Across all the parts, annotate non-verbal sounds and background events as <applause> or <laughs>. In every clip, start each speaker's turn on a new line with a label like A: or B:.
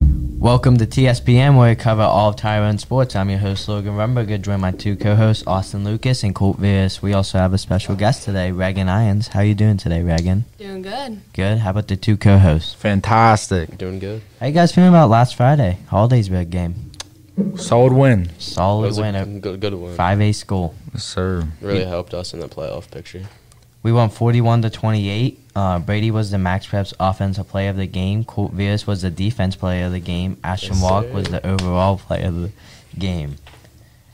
A: Welcome to TSPN, where we cover all of Tyrone sports. I'm your host, Logan Rumberger, joined by two co-hosts, Austin Lucas and Colt Veers. We also have a special guest today, Regan Irons. How you doing today, Regan?
B: Doing good.
A: Good. How about the two co-hosts?
C: Fantastic.
D: Doing good.
A: How you guys feeling about last Friday, Holidays big game?
C: Solid win.
D: That
A: Solid
D: was a
A: win at
D: g- good, good win.
A: 5A school.
C: Yes, sir.
D: Really helped us in the playoff picture.
A: We won 41 to 28. Uh, Brady was the Max Preps offensive player of the game. Colt Veers was the defense player of the game. Ashton
D: Yes,
A: Walk
D: sir.
A: was the overall player of the game.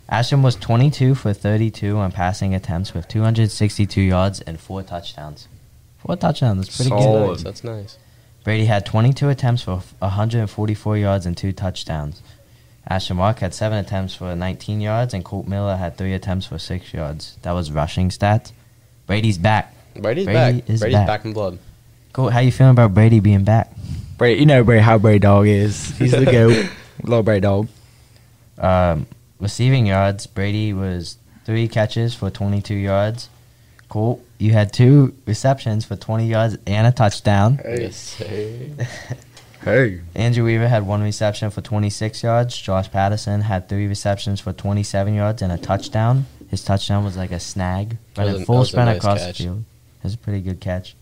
A: Ashton was 22 for 32 on passing attempts with 262 yards and four touchdowns. Four touchdowns. That's pretty
D: That's
C: Solid.
A: good.
D: nice. That's nice.
A: Brady had 22 attempts for 144 yards and two touchdowns. Ashton Mark had seven attempts for 19 yards, and Colt Miller had three attempts for six yards. That was rushing stats. Brady's back.
D: Brady's
A: Brady
D: back.
A: is
D: Brady's
A: back.
D: back. in blood.
A: Colt, how you feeling about Brady being back?
C: Bray, you know Bray how Bray Dog is. He's the <laughs> goat. Little Bray Dog.
A: Um, receiving yards, Brady was three catches for 22 yards. Colt, you had two receptions for 20 yards and a touchdown. <laughs>
D: Yes, sir.
C: Hey.
A: Andrew Weaver had one reception for 26 yards. Josh Patterson had three receptions for 27 yards and a touchdown. His touchdown was like a snag, but
D: was
A: a
D: an- that
A: full
D: was a
A: sprint
D: nice
A: across
D: catch.
A: the field. It was a pretty good catch.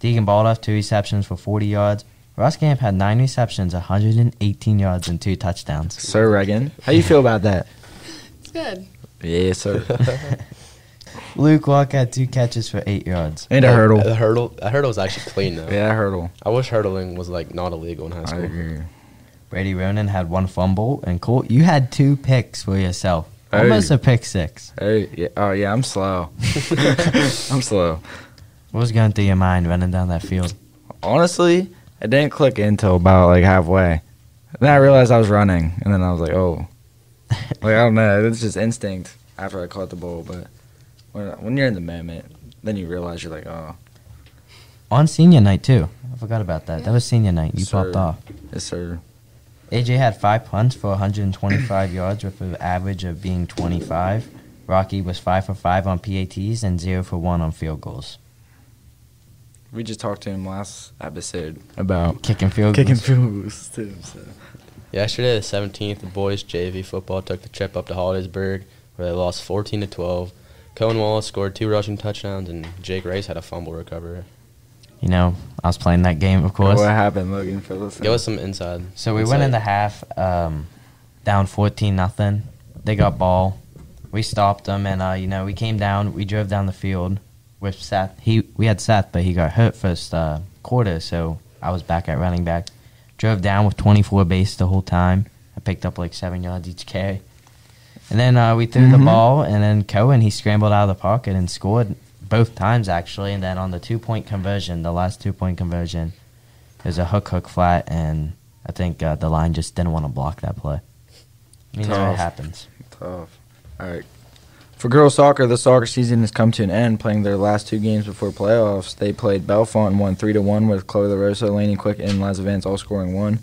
A: Deegan Baldoff, two receptions for 40 yards. Ross Camp had nine receptions, 118 yards, and two touchdowns.
C: Sir Regan. How you feel about that?
B: It's good.
C: Yes, <laughs> sir.
A: Luke Walk had two catches for eight yards.
C: And a
D: The
C: hurdle.
D: hurdle. The hurdle was actually clean though.
C: Yeah, a hurdle.
D: I wish hurdling was like not illegal in high
C: I
D: school.
C: agree.
A: Brady Ronan had one fumble, and Colt, you had two picks for yourself.
C: Hey.
A: Almost a pick six.
C: Hey, yeah, oh yeah, I'm slow. <laughs> I'm slow.
A: What was going through your mind running down that field?
C: Honestly, it didn't click until about like halfway. Then I realized I was running, and then I was like, oh, like I don't know. It's just instinct after I caught the ball, but when, when you're in the moment, then you realize you're like, oh,
A: On senior night too. I forgot about that. That was senior night. You
C: Sir.
A: popped off.
C: yes, sir.
A: AJ had five punts for 125 yards with an average of being 25. Rocky was five for five on PATs and zero for one on field goals.
C: We just talked to him last episode about
A: Kicking field
C: <laughs> kicking
A: goals.
C: field goals too. So.
D: Yesterday, the seventeenth, the boys JV football took the trip up to Hollidaysburg, where they lost fourteen to twelve. Cohen Wallace scored two rushing touchdowns, and Jake Rice had a fumble recovery.
A: You know, I was playing that game, of course.
C: What happened, Logan? For listening?
D: Give us some inside.
A: So we went in the half um, down 14 nothing. They got ball. We stopped them, and uh, you know we came down. We drove down the field with Seth. He we had Seth, but he got hurt first uh, quarter, so I was back at running back. Drove down with 24 base the whole time. I picked up like seven yards each carry, and then uh, we threw the
C: Mhm.
A: ball, and then Cohen he scrambled out of the pocket and scored both times actually. And then on the two point conversion, the last two point conversion, there's a hook hook flat, and I think uh, the line just didn't want to block that play. I mean, that
C: Tough.
A: happens.
C: Tough. All right. For girls soccer, the soccer season has come to an end. Playing their last two games before playoffs, they played Belfont and won three to one with Chloe LaRosa, Laney Quick, and Liza Vance all scoring one.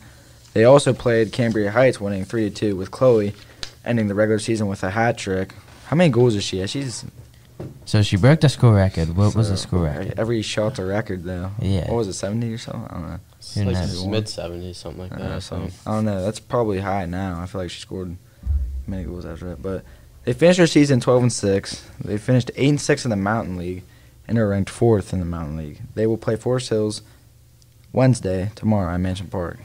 C: They also played Cambria Heights, winning three to two with Chloe, ending the regular season with a hat trick. How many goals is she? At? She's
A: So she broke the school record. What was the
C: so-
A: school record?
C: Every shot's a record though.
A: Yeah.
C: What was it, seventy or something? I don't know.
D: It's
A: Who
D: like
A: knows?
D: mid seventies, something like
C: I
D: that.
C: don't know,
D: I
C: Uh, something.
D: think.
C: I don't know. That's probably high now. I feel like she scored many goals after that. But they finished their season 12 and 6. They finished 8 and 6 in the Mountain League and are ranked 4th in the Mountain League. They will play Forest Hills Wednesday tomorrow at Mansion Park.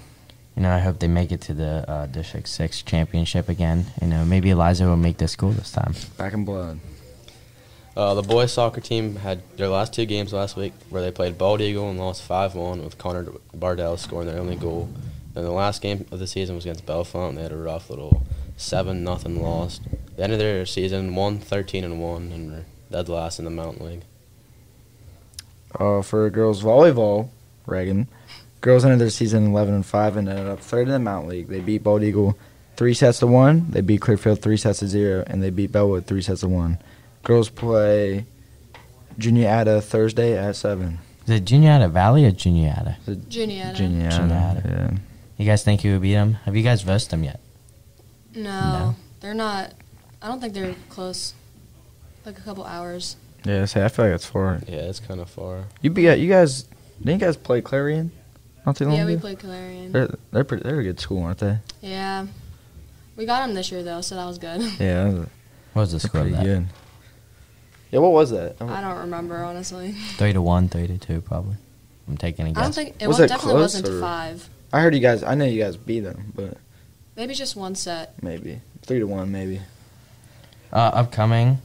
A: You know, I hope they make it to the uh, District Six championship again. You know, maybe Eliza will make the school this time.
C: Back in blood.
D: Uh, the boys soccer team had their last two games last week where they played Bald Eagle and lost 5 1 with Connor Bardell scoring their only goal. Then the last game of the season was against Belfont. and They had a rough little 7 nothing loss. The end of their season, 1 13 and 1, and were dead last in the Mountain League.
C: Uh, for girls volleyball, Reagan, girls ended their season 11 and 5 and ended up third in the Mountain League. They beat Bald Eagle three sets to one. They beat Clearfield three sets to zero, and they beat Bellwood three sets to one. Girls play junior Ada Thursday at seven.
A: Is it Juniata Valley or Juniata?
B: Juniata.
C: Junior
A: Juniata.
C: Ada.
A: You guys think you would beat them? Have you guys versed them yet?
B: No,
A: No.
B: they're not. I don't think they're close. Like a couple hours.
C: Yeah. Yeah. See, I feel like it's four.
D: Yeah, it's kind of far.
C: You be you guys. Didn't you guys play Clarion? not too long
B: Yeah, we
C: ago?
B: played Calarian.
C: They're they're pretty, they're a good school, aren't they?
B: Yeah. We got him this year though, so that was good.
C: Yeah, they're
A: What was the score of
C: pretty
A: that?
C: good. Yeah, what was that?
B: I don't remember honestly.
A: Three to one, three to two, probably. I'm taking a
B: I don't
A: guess.
B: think it
C: Was
B: was
C: it
B: definitely
C: close,
B: wasn't
C: or-
B: to five.
C: I heard you guys. I know you guys beat them, but
B: Maybe just one set.
C: maybe three to one, maybe.
A: Uh, upcoming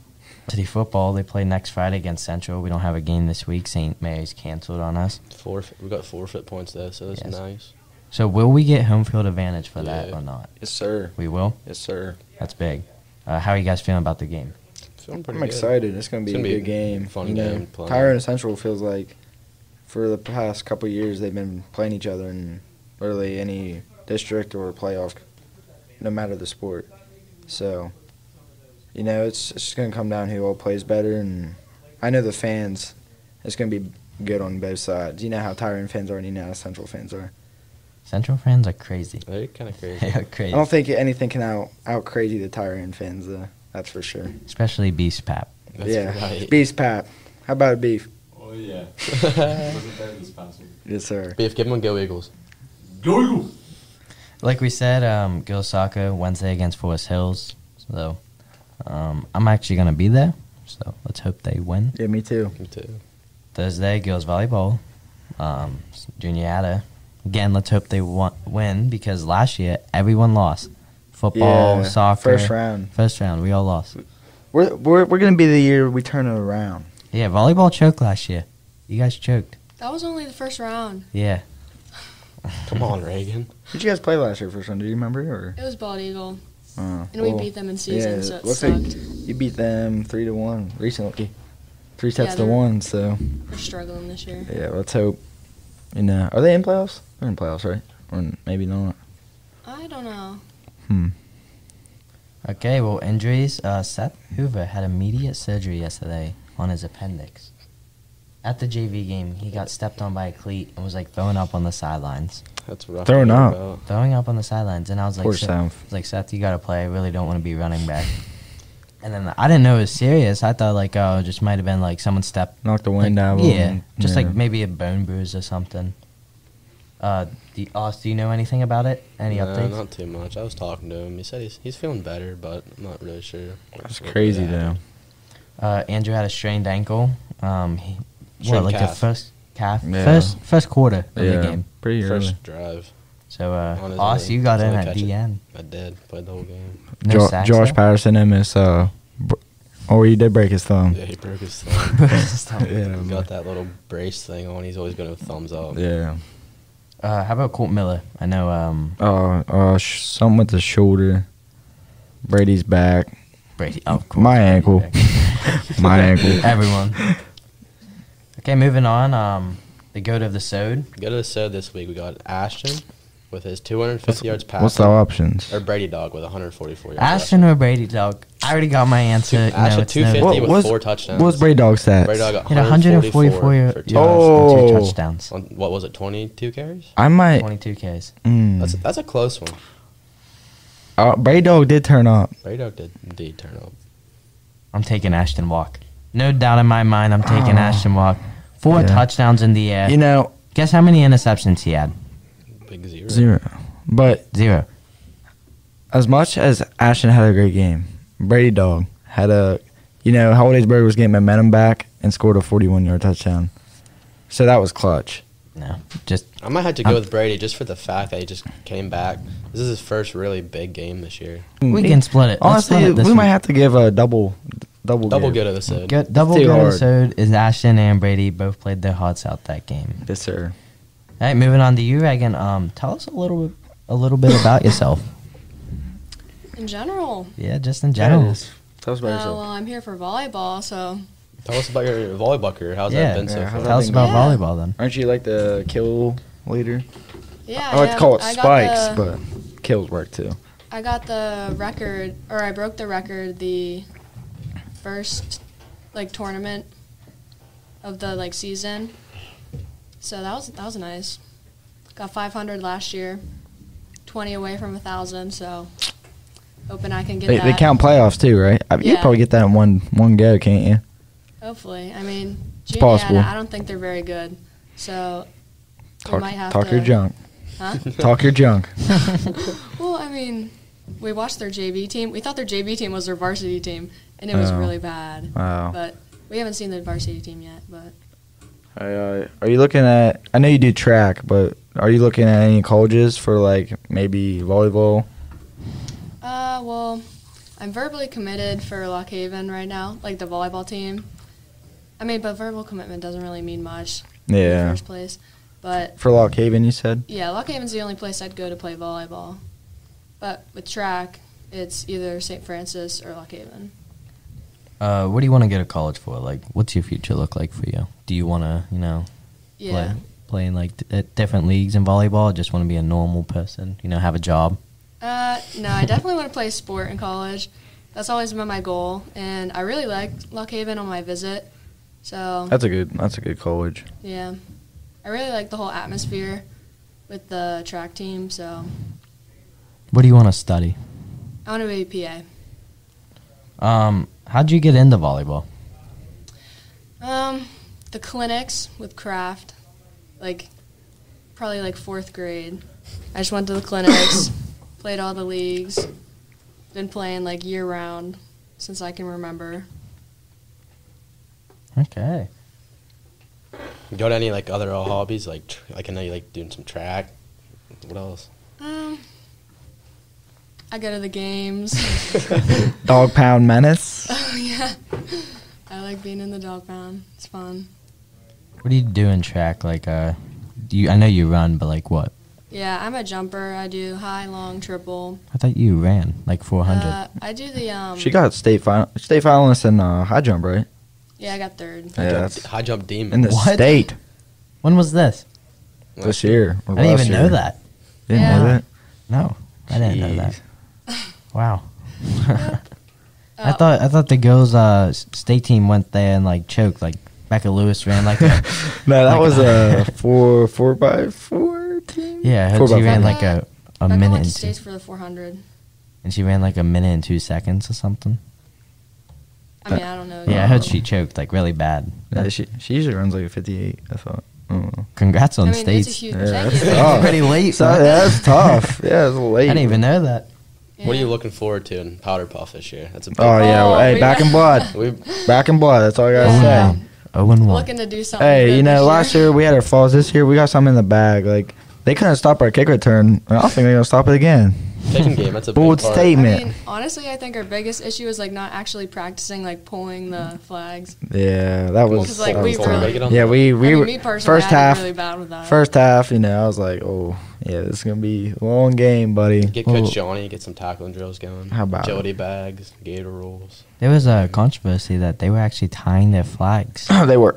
A: City football. They play next Friday against Central. We don't have a game this week. St. Mary's canceled on us.
D: Forfeit. We got forfeit points there, so that's
A: Yes.
D: nice.
A: So will we get home field advantage for that
D: Yeah.
A: or not?
C: Yes, sir.
A: We will.
C: Yes, sir.
A: That's big. Uh, how are you guys feeling about the game?
D: Feeling pretty
C: I'm
D: good.
C: excited. It's gonna be
D: It's gonna
C: a
D: be
C: good game.
D: fun
C: you know,
D: game, playing.
C: Tyron and Central feels like for the past couple years they've been playing each other in literally any district or playoff, no matter the sport. So, you know, it's it's just gonna come down who all plays better, and I know the fans. It's gonna be good on both sides. You know how Tyron fans are, and you know how Central fans are.
A: Central fans are crazy.
D: They're
C: <laughs>
D: kind
A: <laughs>
D: of
A: They
D: crazy.
A: are crazy.
C: I don't think anything can out out crazy the Tyron fans though. That's for sure.
A: Especially Beast Pap.
D: That's
C: yeah,
D: right.
C: beef pap. How about a beef?
E: Oh yeah. Wasn't there this past week?
C: Yes, sir.
D: Beef, give them a go, Eagles.
E: Go Eagles!
A: Like we said, um, girls soccer Wednesday against Forest Hills. So um, I'm actually gonna be there. So let's hope they win.
C: Yeah, me too.
D: Me too.
A: Thursday girls volleyball, um, juniata. Again, let's hope they wa- win because last year everyone lost. Football,
C: yeah,
A: Oh, soccer,
C: First round.
A: first round, we all lost.
C: We're, we're, we're gonna be the year we turn it around.
A: Yeah, volleyball choked last year. You guys choked.
B: That was only the first round.
A: Yeah,
D: Come on, Reagan.
C: Did you guys play last year first round? Do you remember? Or
B: It was Bald Eagle,
C: uh,
B: and
C: well,
B: we beat them in season,
C: yeah,
B: so it
C: looks
B: sucked.
C: like- You beat them three to one recently. Three sets to
B: they're-
C: one. So
B: We're struggling this year.
C: yeah, let's hope. You know, are they in playoffs? They're in playoffs, right? Or n- maybe not.
B: I don't know.
C: Hmm.
A: Okay, well, injuries. Uh, Seth Hoover had immediate surgery yesterday on his appendix. At the JV game, he got stepped on by a cleat and was like throwing up on the sidelines.
D: That's rough.
C: Throwing
D: to hear
C: up.
D: about.
A: Throwing up on the sidelines, and I was like,
C: Poor
A: "Seth-
C: South.
A: I was like Seth, you gotta play. I really don't want to be running back. and then I didn't know it was serious. I thought like, oh, it just might have been like someone stepped.
C: Knocked the wind
A: like,
C: out. of
A: Yeah,
C: them.
A: just
C: Yeah.
A: like maybe a bone bruise or something. Uh, the Oz, do you know anything about it? Any
D: Nah,
A: updates?
D: Uh, Not too much. I was talking to him. He said he's, he's feeling better, but I'm not really sure.
C: That's
D: what
C: crazy
D: happened.
C: though.
A: Uh, Andrew had a strained ankle. Um, he, well,
D: Strained
A: like the
D: calf.
A: first calf,
C: Yeah.
A: first first quarter of
C: yeah,
A: the game.
C: pretty early.
D: First drive,
A: So, uh,
D: Honestly,
A: Oz, you got
D: it's
A: in
D: like
A: at
D: catching-
A: the end.
D: I did. Played the
C: <laughs>
D: whole game.
A: No
C: Jo-
A: sacks,
C: Josh
A: though?
C: Patterson and his uh, br- oh, he did break his thumb.
D: Yeah, he
C: <laughs>
D: broke his thumb.
A: Stop.
C: Yeah,
D: <laughs> He got that little brace thing on. He's always going to thumbs up.
C: Yeah.
A: Uh, how about Colt Miller? I know. Um,
C: Uh, uh, sh- something with the shoulder. Brady's back.
A: Brady. Of course,
C: My
A: Brady
C: ankle. <laughs>
A: Beck.
C: My ankle.
A: <laughs> Everyone. Okay, moving on. Um, the goat of the sod.
D: Go to the set this week. We got Ashton with his 250 yards passing.
C: What's the options?
D: Or Brady Dog with 144 yards.
A: Ashton or Brady dog? I already got my answer.
D: Two-
A: no,
D: Ashton
A: it's no-
D: 250
C: What-
D: with
C: what's-
D: four touchdowns.
C: What's Brady Dog stats?
D: Brady Dog got
A: Hit 144 yards
D: for
A: and
D: two-
A: two
C: Oh.
A: touchdowns.
D: on- what was it? 22 carries?
C: I might.
A: 22 Ks.
C: Mm,
D: That's a, that's a close one.
C: uh, Brady Dog did turn up.
D: Brady Dog did indeed turn up.
A: I'm taking Ashton Walk. No doubt in my mind, I'm taking
C: Oh.
A: Ashton Walk. Four
C: Yeah.
A: touchdowns in the air.
C: You know,
A: Guess how many interceptions he had?
D: Big zero.
C: zero. But
A: Zero.
C: as much as Ashton had a great game, Brady Dog had a. You know, Hollidaysburg was getting momentum back and scored a 41 yard touchdown. So that was clutch.
A: No, just
D: I might have to go
C: Um,
A: I'm-
D: with Brady just for the fact that he just came back. This is his first really big game this year.
A: we can split it. Let's split
C: Mm. Honestly,
A: it this
C: we
A: week.
C: might have to give a double. Double.
D: Double
C: give.
D: good of the set.
A: Go- double
C: too
A: goat of the
C: hard.
A: sod is Ashton and Brady both played their hearts out that game.
C: Yes, sir.
A: All right, moving on to you, Reagan. Um, tell us a little bit, a little bit about yourself.
B: In general,
A: Yeah, just in general.
C: Tell us
B: uh, well, I'm here for volleyball, so
D: Tell us about your volleyball career. How's
A: Yeah.
D: that been
C: Yeah,
D: so
C: how's
D: far?
A: Tell us about
B: Yeah.
A: volleyball <laughs> then.
C: Aren't you like the kill leader?
B: yeah.
C: I like
B: yeah,
C: to call it
B: I got
C: spikes,
B: the-
C: but kills work too.
B: I got the record, or I broke the record the first like tournament of the like season. So that was that was nice. Got 500 last year, 20 away from a thousand. So hoping I can get
C: They,
B: that.
C: they count playoffs too, right? I mean, You
B: Yeah.
C: probably get that in one one go, can't you?
B: Hopefully, I mean,
C: It's possible.
B: Juniata, I don't think they're very good. So We
C: Talk,
B: might have
C: talk
B: to,
C: your junk.
B: Huh?
C: <laughs> talk
B: <laughs>
C: your junk.
B: Well, I mean, we watched their JV team. We thought their JV team was their varsity team, and it was
C: Oh.
B: really bad.
C: Wow.
B: But we haven't seen the varsity team yet. But
C: Uh, are you looking at? I know you do track, but are you looking at any colleges for like maybe volleyball?
B: uh, well, I'm verbally committed for Lock Haven right now, like the volleyball team. I mean, but verbal commitment doesn't really mean much in the
C: Yeah,
B: first place. But
C: for Lock Haven, you said.
B: yeah, Lock Haven's the only place I'd go to play volleyball. But with track, it's either St. Francis or Lock Haven.
A: Uh, what do you want to go to college for? Like, what's your future look like for you? Do you want to, you know,
B: Yeah.
A: play, play in like d- at different leagues in volleyball? Or just want to be a normal person, you know, have a job?
B: Uh, no, I definitely want to play sport in college. That's always been my goal, and I really like Lock Haven on my visit. So
C: That's a good. That's a good college.
B: yeah, I really like the whole atmosphere with the track team. So
A: What do you want to study?
B: I want to be a
A: Um, how'd you get into volleyball?
B: PA. Um, the clinics with craft, like probably like fourth grade. I just went to the clinics, played all the leagues, been playing like year round since I can remember.
A: Okay.
D: You got any like other hobbies like tr- like I know you like doing some track.
B: <laughs>
D: What else?
B: Um, I go to the games. <laughs>
D: <laughs>
C: Dog Pound Menace.
B: Oh yeah. I like being in the dog pound. It's fun.
A: What do you do in track? Like, uh, do you? I know you run, but like what?
B: Yeah, I'm a jumper. I do high, long, triple.
A: I thought you ran like 400.
B: Uh, I do the um.
C: She got state final, state finalist in uh, high jump, right?
B: Yeah, I got third.
C: Yeah,
D: Jump-
C: that's-
D: high jump demon.
C: In the
A: What?
C: state
A: when was this?
C: this year. or
A: I didn't
C: last
A: even
C: year.
A: know that.
C: Didn't
B: Yeah.
C: know that.
A: No, I didn't know
D: Jeez.
A: that. <laughs>
B: <laughs>
A: Wow. I
B: Uh,
A: thought I thought the girls' uh, s- state team went there and like choked. Like Becca Lewis ran
C: <laughs>
A: like
B: <laughs>
A: a,
C: No, that
A: Like-
C: was <laughs> a four four by four team.
A: yeah, her
C: Four by
A: she ran
B: four.
A: like a, a
B: Becca
A: minute
B: went to
A: and two,
B: states for the 400.
A: and she ran like a minute and two seconds or something.
B: I mean, I don't know.
A: Yeah, I heard she choked like really bad.
C: Yeah, she she usually runs like a fifty eight. I thought. Mm. I don't know.
A: Congrats
B: I
A: on
B: mean,
A: states. <laughs>
B: it's a huge.
C: Yeah,
B: thank <laughs>
C: that's
B: you.
C: tough.
A: It's pretty late.
C: Oh. So,
A: right?
C: yeah, that's tough.
A: <laughs>
C: Yeah, it's
A: I
C: late.
A: didn't even know that.
B: Yeah.
D: What are you looking forward to in Powder Puff this year? That's a big
C: Oh yeah,
B: Oh,
C: hey,
B: we-
C: back in
B: <laughs>
C: blood,
D: we
C: back in blood. That's all I gotta
B: Yeah.
C: say.
A: Wow. Oh and one.
B: <laughs> Looking to do something.
C: Hey,
B: good this
C: you know, last year we had our falls. This year we got something in the bag. Like they couldn't stop our kick return. I don't think they're gonna stop it again.
D: kicking game. That's a big
C: Bold
D: part.
B: I
C: statement.
B: mean, honestly, I think our biggest issue is like not actually practicing, like pulling the flags.
C: Yeah, that was.
B: Because, like,
C: that
B: we
C: was
B: really-
C: tough.
B: Make it
D: on
C: yeah,
D: the-
C: we we
B: I mean,
C: were-
B: me personally,
C: first
B: I did
C: half
B: really bad with that.
C: first half. You know, I was like, oh yeah, this is gonna be a long game, buddy.
D: Get
C: Oh.
D: Coach Johnny, get some tackling drills going.
C: How about
D: agility bags, gator rolls?
A: There was a controversy that they were actually tying their
C: <coughs>
A: flags.
C: <coughs> they were.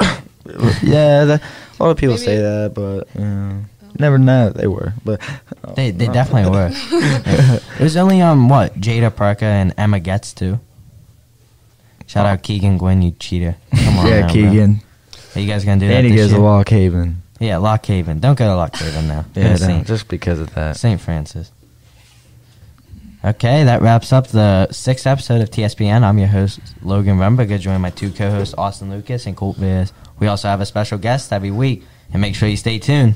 C: yeah, the, a lot of people
B: Maybe- Oh.
C: say that, but yeah, never know that they were. But
A: They they definitely
C: <laughs>
A: were. it was only um what Jada Parker and Emma gets to. Shout out Keegan Gwen, you cheater! Come on,
C: yeah,
A: now, bro.
C: Keegan.
A: Are you guys gonna do
C: and
A: that
C: he
A: this
C: goes to
A: year?
C: Lock Haven.
A: yeah, Lock Haven. Don't go to Lock Haven now. Go
C: <laughs> Yeah,
A: to Saint,
C: just because of that.
A: uh, Saint Francis. Okay, that wraps up the sixth episode of TSPN. I'm your host Logan Rumberger, joined by two co-hosts Austin Lucas and Colt Veers. We also have a special guest every week, and make sure you stay tuned.